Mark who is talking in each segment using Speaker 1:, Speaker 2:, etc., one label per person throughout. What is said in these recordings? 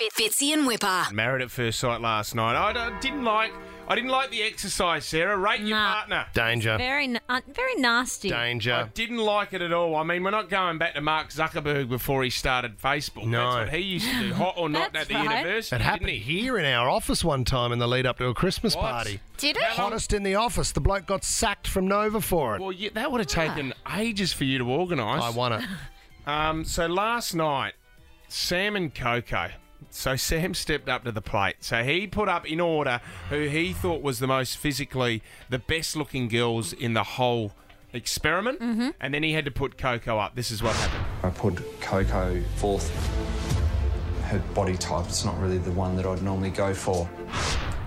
Speaker 1: Fitzy and Whipper.
Speaker 2: Married at first sight last night. I d- didn't like. I didn't like the exercise, Sarah. Rate your
Speaker 3: Nah.
Speaker 2: partner.
Speaker 4: Danger.
Speaker 3: Very, na- uh, very nasty.
Speaker 2: I
Speaker 4: Danger.
Speaker 2: didn't like it at all. I mean, we're not going back to Mark Zuckerberg before he started Facebook.
Speaker 4: No.
Speaker 2: That's what he used to do, hot or not, at
Speaker 3: That's
Speaker 2: the
Speaker 3: right.
Speaker 2: university.
Speaker 4: It happened
Speaker 2: Didn't he?
Speaker 4: here in our office one time in the lead up to a Christmas
Speaker 2: What?
Speaker 4: party.
Speaker 3: Did
Speaker 2: How
Speaker 3: it?
Speaker 2: long-
Speaker 4: Hottest in the office. The bloke got sacked from Nova for it.
Speaker 2: Well, yeah, that would have
Speaker 3: Ah.
Speaker 2: taken ages for you to organise.
Speaker 4: I won it.
Speaker 2: Um, so last night, Sam and Coco. So Sam stepped up to the plate. So he put up in order who he thought was the most physically the best looking girls in the whole experiment, and then he had to put Coco up. This is what happened.
Speaker 5: I put Coco fourth. Her body type is not really the one that I'd normally go for.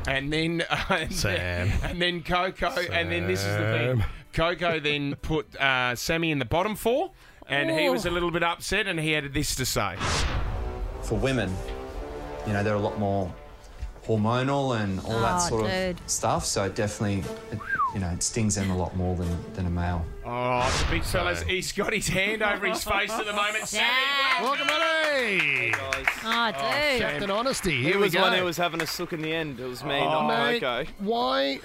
Speaker 2: And then and
Speaker 4: Sam.
Speaker 2: then- and then Coco, and then this is the thing.
Speaker 4: Sam.
Speaker 2: Coco then put uh, Sammy in the bottom four, and he
Speaker 3: Oh.
Speaker 2: was a little bit upset, and he had this to say.
Speaker 5: For women, you know, they're a lot more hormonal and all that
Speaker 3: Oh,
Speaker 5: sort
Speaker 3: dude.
Speaker 5: of stuff. So it definitely, it, you know, it stings them a lot more than, than a male.
Speaker 2: Oh, the big fella's, he's got his hand over his face at the moment. Sammy,
Speaker 3: Dad.
Speaker 4: Welcome, Eddie.
Speaker 3: Oh, dude.
Speaker 4: Captain Honesty. Here
Speaker 6: It
Speaker 4: we
Speaker 6: was
Speaker 4: go. Oh,
Speaker 6: one who was having us look in the end. It was me, not
Speaker 4: Mate,
Speaker 6: Coco.
Speaker 4: why?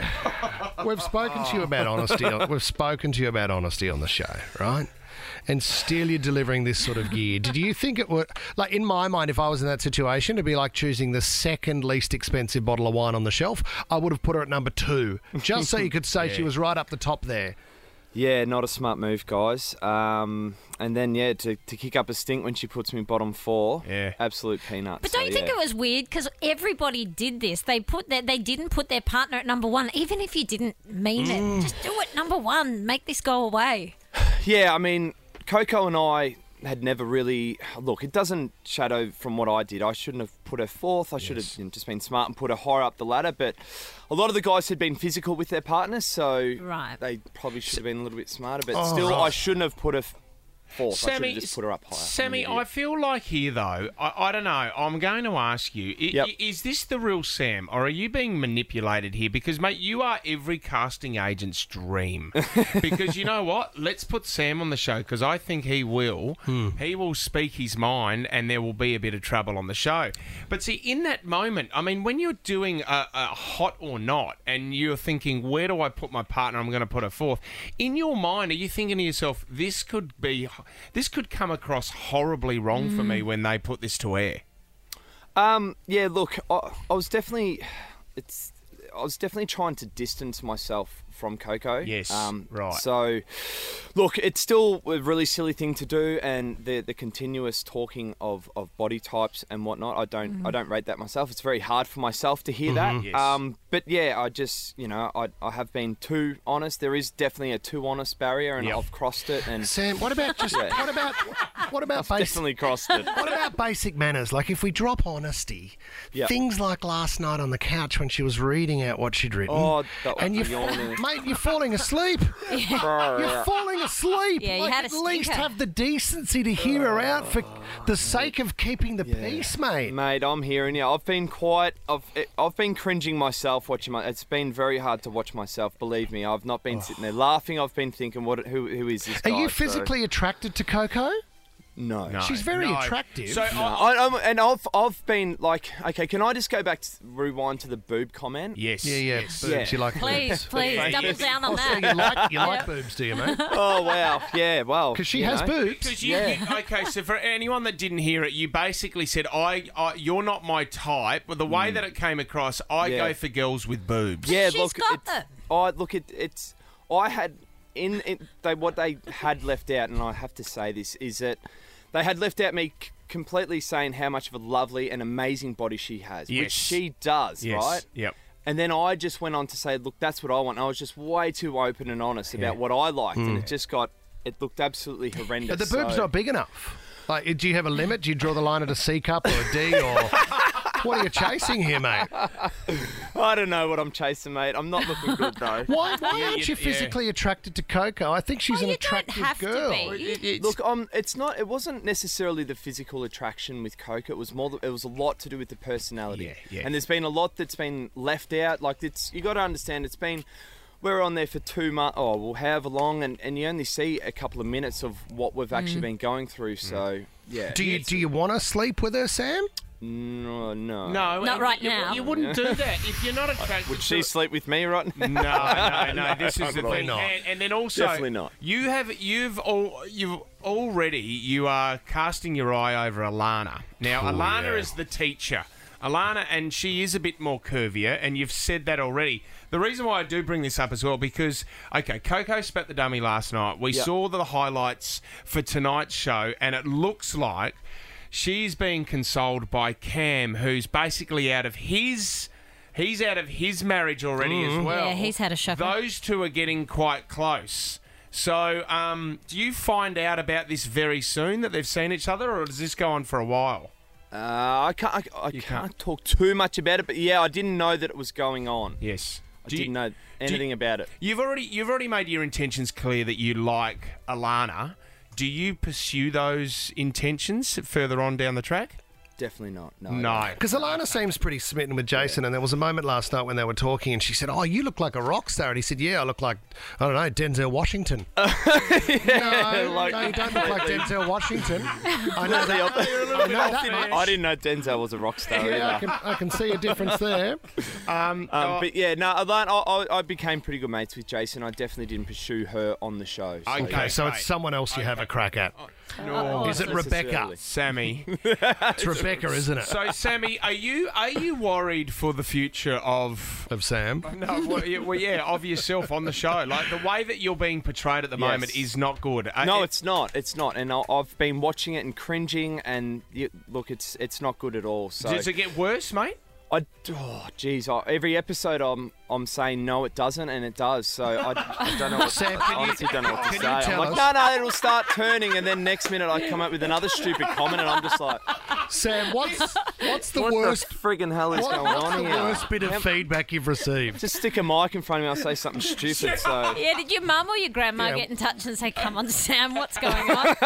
Speaker 4: We've spoken to you about honesty. on- We've spoken to you about honesty on the show, right? And still, you're delivering this sort of gear. Did you think it would, like, in my mind, if I was in that situation, it'd be like choosing the second least expensive bottle of wine on the shelf? I would have put her at number two, just so you could say she was right up the top there.
Speaker 6: Yeah, not a smart move, guys. Um, and then yeah, to, to kick up a stink when she puts me bottom four.
Speaker 2: Yeah.
Speaker 6: absolute peanuts.
Speaker 3: But don't you think it was weird? Because everybody did this. They put their, they didn't put their partner at number one, even if you didn't mean
Speaker 4: Mm.
Speaker 3: it. Just do it number one. Make this go away.
Speaker 6: Yeah, I mean, Coco and I had never really look. It doesn't shadow from what I did. I shouldn't have put her fourth. I should have you know, just been smart and put her higher up the ladder. But a lot of the guys had been physical with their partners, so
Speaker 3: Right.
Speaker 6: they probably should have been a little bit smarter. But still, I shouldn't have put her f- fourth. I should have just put her up higher.
Speaker 2: Sammy,
Speaker 6: I'm an
Speaker 2: I
Speaker 6: idiot.
Speaker 2: feel like here though, I, I don't know. I'm going to ask you: i-
Speaker 6: Yep.
Speaker 2: i- Is this the real Sam, or are you being manipulated here? Because mate, you are every casting agent's dream. because you know what? Let's put Sam on the show because I think he will.
Speaker 4: Hmm.
Speaker 2: He will speak his mind, and there will be a bit of trouble on the show. But see, in that moment, I mean, when you're doing a, a hot or not, and you're thinking, where do I put my partner? I'm going to put her forth. In your mind, are you thinking to yourself, this could be, this could come across horribly wrong
Speaker 4: Hmm.
Speaker 2: for me when they put this to air?
Speaker 6: Um, yeah, look, I, I was definitely, it's, I was definitely trying to distance myself from Coco.
Speaker 2: Yes,
Speaker 6: um,
Speaker 2: right.
Speaker 6: So, look, it's still a really silly thing to do, and the the continuous talking of, of body types and whatnot. I don't, I don't rate that myself. It's very hard for myself to hear that.
Speaker 2: Mm-hmm. Yes.
Speaker 6: Um, but yeah, I just, you know, I, I have been too honest. There is definitely a too honest barrier, and
Speaker 2: Yep.
Speaker 6: I've crossed it, and
Speaker 4: Sam, what about just
Speaker 6: Yeah.
Speaker 4: what about what about basic
Speaker 6: definitely crossed it.
Speaker 4: What about basic manners? Like if we drop honesty,
Speaker 6: Yeah.
Speaker 4: things like last night on the couch when she was reading out what she'd written,
Speaker 6: Oh, that was
Speaker 4: and you,
Speaker 6: yawning.
Speaker 4: mate, you're falling asleep. You're falling asleep.
Speaker 3: Yeah, you
Speaker 4: like
Speaker 3: had a
Speaker 4: at least
Speaker 3: stinker.
Speaker 4: have the decency to hear her out for the sake of keeping the peace, mate.
Speaker 6: Oh, Mate, I'm hearing you. I've been quite. I've I've been cringing myself watching my. It's been very hard to watch myself. Believe me, I've not been sitting there laughing. I've been thinking, what? Who? Who is this?
Speaker 4: Are
Speaker 6: guy?
Speaker 4: you
Speaker 6: So-
Speaker 4: physically attracted to Coco?
Speaker 6: no.
Speaker 2: No,
Speaker 4: She's very
Speaker 2: no.
Speaker 4: attractive.
Speaker 2: So
Speaker 6: No.
Speaker 2: I,
Speaker 6: I, I'm, and I've I've been like, okay, can I just go back to rewind to the boob comment?
Speaker 2: yes,
Speaker 4: Yeah, yeah,
Speaker 2: yes.
Speaker 4: boobs. You like
Speaker 3: Please,
Speaker 4: boobs.
Speaker 3: please,
Speaker 2: Yeah,
Speaker 3: double
Speaker 2: yeah.
Speaker 3: down on
Speaker 4: So
Speaker 3: that.
Speaker 4: you like you like boobs, do you, mate?
Speaker 6: Oh wow. Yeah. Well.
Speaker 4: Because she
Speaker 6: you
Speaker 4: has
Speaker 6: know.
Speaker 4: boobs.
Speaker 2: Because you, you- okay, so for anyone that didn't hear it, you basically said, "I, I you're not my type." But the way that it came across, I
Speaker 6: Mm. Yeah.
Speaker 2: go for girls with boobs.
Speaker 6: Yeah,
Speaker 3: She's
Speaker 6: look,
Speaker 3: got
Speaker 6: it's,
Speaker 3: them.
Speaker 6: I look, it, it's. I had in, in they what they had left out, and I have to say this is that they had left out me c- completely saying how much of a lovely and amazing body she has,
Speaker 2: Yes.
Speaker 6: which she does,
Speaker 2: Yes.
Speaker 6: right?
Speaker 2: Yep.
Speaker 6: And then I just went on to say, look, that's what I want. I was just way too open and honest about what I liked, and it just got. It looked absolutely horrendous.
Speaker 4: But the boob's
Speaker 6: so-
Speaker 4: not big enough. Like, do you have a limit? Do you draw the line at a C cup or a D or what are you chasing here, mate?
Speaker 6: I don't know what I'm chasing, mate. I'm not looking good though.
Speaker 4: Why, why aren't
Speaker 2: you-
Speaker 4: you physically attracted to Coco? I think she's
Speaker 3: Well, Oh,
Speaker 4: an
Speaker 3: you don't
Speaker 4: attractive
Speaker 3: have
Speaker 4: girl.
Speaker 3: to be.
Speaker 6: Look, um, it's not. It wasn't necessarily the physical attraction with Coco. It was more. The, it was a lot to do with the personality.
Speaker 2: Yeah, yeah.
Speaker 6: And there's been a lot that's been left out. Like it's. You got to understand. It's been. We're on there for two months, or well, however long, and, and you only see a couple of minutes of
Speaker 2: Mm.
Speaker 6: what we've actually been going through. So yeah.
Speaker 4: Do you do you want to sleep with her, Sam?
Speaker 6: Mm, Oh no.
Speaker 2: No,
Speaker 3: Not
Speaker 2: and
Speaker 3: right
Speaker 2: you,
Speaker 3: now.
Speaker 2: You wouldn't do that if you're not attracted.
Speaker 6: Would
Speaker 2: to
Speaker 6: she
Speaker 2: it.
Speaker 6: sleep with me right now?
Speaker 2: No, no, no. This is the
Speaker 4: Probably
Speaker 2: thing,
Speaker 4: not.
Speaker 2: and, and then also
Speaker 6: Definitely not.
Speaker 2: You have you've all you've already you are casting your eye over Alana. Now Alana
Speaker 4: yeah.
Speaker 2: is the teacher. Alana, and she is a bit more curvier, and you've said that already. The reason why I do bring this up as well because okay, Coco spat the dummy last night. We
Speaker 6: Yep.
Speaker 2: saw the highlights for tonight's show, and it looks like she's being consoled by Cam, who's basically out of his. He's out of his marriage already as well.
Speaker 3: Yeah, he's had a shocker.
Speaker 2: Those two are getting quite close. So, um, do you find out about this very soon that they've seen each other, or does this go on for a while?
Speaker 6: Uh, I can't. I, I can't,
Speaker 2: can't.
Speaker 6: talk too much about it. But yeah, I didn't know that it was going on.
Speaker 2: Yes.
Speaker 6: I didn't know anything about it.
Speaker 2: You've already you've already made your intentions clear that you like Alana. Do you pursue those intentions further on down the track?
Speaker 6: Definitely not. No.
Speaker 2: No.
Speaker 4: Because Alana seems pretty smitten with Jason, and there was a moment last night when they were talking, and she said, "Oh, you look like a rock star," and he said, "Yeah, I look like I don't know Denzel Washington." no,
Speaker 6: like-
Speaker 4: no, you don't look like Denzel Washington. I know
Speaker 6: Completely
Speaker 4: that. I know
Speaker 6: opposite.
Speaker 4: that much.
Speaker 6: I didn't know Denzel was a rock star
Speaker 4: Yeah, I
Speaker 6: either.
Speaker 4: can, I can see a difference there.
Speaker 6: Um, but yeah, no, Alana, I, I, I became pretty good mates with Jason. I definitely didn't pursue her on the show. So.
Speaker 2: Okay.
Speaker 4: Okay, so it's someone else you have a crack at.
Speaker 2: No.
Speaker 4: Is it
Speaker 6: Not
Speaker 4: Rebecca?
Speaker 6: necessarily.
Speaker 2: Sammy.
Speaker 4: It's Rebecca, isn't it?
Speaker 2: so, Sammy, are you are you worried for the future of
Speaker 4: Of Sam.
Speaker 2: No, well, yeah, well, yeah, of yourself on the show. Like the way that you're being portrayed at the
Speaker 6: Yes.
Speaker 2: moment is not good. Uh,
Speaker 6: No,
Speaker 2: it-
Speaker 6: it's not. It's not. And I- I've been watching it and cringing. And you, look, it's it's not good at all. So
Speaker 2: Does it get worse, mate?
Speaker 6: I, oh, geez, I, every episode I'm I'm saying no, it doesn't, and it does. So I, I don't know. What,
Speaker 4: Sam,
Speaker 6: I
Speaker 4: can you-
Speaker 6: honestly don't know what to
Speaker 4: can you
Speaker 6: say. I'm
Speaker 4: tell
Speaker 6: like,
Speaker 4: us-
Speaker 6: no, no, it'll start turning, and then next minute I come up with another stupid comment, and I'm just like,
Speaker 4: Sam, what's what's the
Speaker 6: what
Speaker 4: worst?
Speaker 6: the friggin' hell is
Speaker 4: what-
Speaker 6: going
Speaker 4: what's
Speaker 6: on
Speaker 4: the
Speaker 6: here?
Speaker 4: worst bit of feedback you've received?
Speaker 6: Just stick a mic in front of me, I'll say something stupid. So
Speaker 3: Yeah, did your mum or your grandma
Speaker 4: Yeah.
Speaker 3: get in touch and say, "Come on, Sam, what's going on?"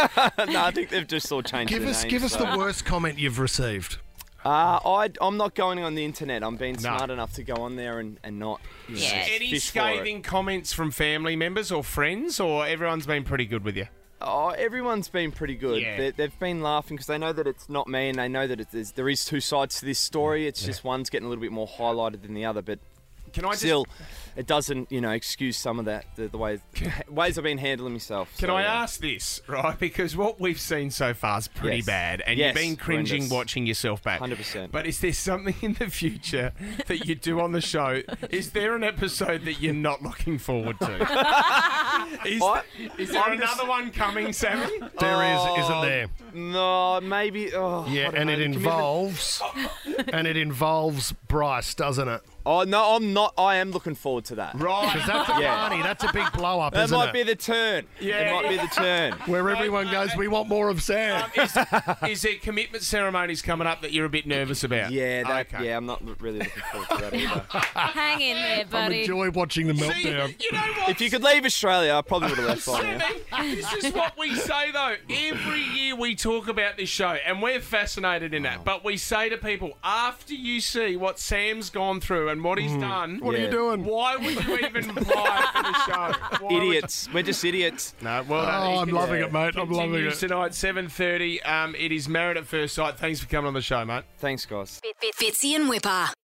Speaker 6: no, I think they've just all changed.
Speaker 4: Give
Speaker 6: their
Speaker 4: us
Speaker 6: names,
Speaker 4: give us
Speaker 6: so.
Speaker 4: the worst comment you've received.
Speaker 6: Uh, I, I'm not going on the internet. I'm being smart enough to go on there and, and not. you know,
Speaker 3: Yeah.
Speaker 2: Any
Speaker 6: fish for it.
Speaker 2: scathing comments from family members or friends, or everyone's been pretty good with you?
Speaker 6: Oh, everyone's been pretty good.
Speaker 2: Yeah.
Speaker 6: They, they've been laughing because they know that it's not me, and they know that it, there's, there is two sides to this story. It's just one's getting a little bit more highlighted than the other, but
Speaker 2: Can I just
Speaker 6: still, it doesn't, you know, excuse some of that the, the ways ways I've been handling myself.
Speaker 2: Can
Speaker 6: so,
Speaker 2: I
Speaker 6: Oh, yeah.
Speaker 2: ask this, right? Because what we've seen so far is pretty
Speaker 6: Yes.
Speaker 2: bad, and
Speaker 6: Yes,
Speaker 2: you've been cringing
Speaker 6: horrendous.
Speaker 2: watching yourself back.
Speaker 6: 100%.
Speaker 2: But is there something in the future that you do on the show? Is there an episode that you're not looking forward to? is,
Speaker 6: I-
Speaker 2: is there
Speaker 6: I'm
Speaker 2: another
Speaker 6: just-
Speaker 2: one coming, Sammy?
Speaker 4: There is, isn't
Speaker 6: Oh,
Speaker 4: there?
Speaker 6: No, maybe. Oh, I
Speaker 4: Yeah,
Speaker 6: don't
Speaker 4: and
Speaker 6: know,
Speaker 4: it
Speaker 6: the commitment-
Speaker 4: involves and it involves Bryce, doesn't it?
Speaker 6: Oh no, I'm not. I am looking forward to that.
Speaker 2: Right.
Speaker 4: Because that's a
Speaker 6: Yeah.
Speaker 4: party. That's a big blow up,
Speaker 6: That
Speaker 4: isn't
Speaker 6: might
Speaker 4: it?
Speaker 6: be the turn.
Speaker 2: Yeah.
Speaker 6: it might be the turn.
Speaker 4: Where everyone
Speaker 2: I-
Speaker 4: goes, we want more of Sam.
Speaker 2: is, is there commitment ceremonies coming up that you're a bit nervous about?
Speaker 6: Yeah, that,
Speaker 2: Okay.
Speaker 6: yeah. I'm not really looking forward to that either.
Speaker 3: Hang in there,
Speaker 4: I'm
Speaker 3: buddy.
Speaker 4: enjoy watching the
Speaker 2: See,
Speaker 4: meltdown.
Speaker 2: you know what?
Speaker 6: if you could leave Australia, I probably would have left by now.
Speaker 2: Sammy, this is what we say though. Every year we talk about this show, and we're fascinated in that. But we say to people, after you see what Sam's gone through and what he's done,
Speaker 4: What are you
Speaker 6: Yeah.
Speaker 4: doing?
Speaker 2: why would you even apply for the show? Why would you-
Speaker 6: Idiots. We're just idiots.
Speaker 2: No, well,
Speaker 4: Oh, I'm loving it, mate. I'm loving
Speaker 2: Continues
Speaker 4: it.
Speaker 2: tonight, 7:30. Um, it is Married at First Sight. Thanks for coming on the show, mate.
Speaker 6: Thanks, guys.
Speaker 1: Fit- Fit- Fitzy and Whipper.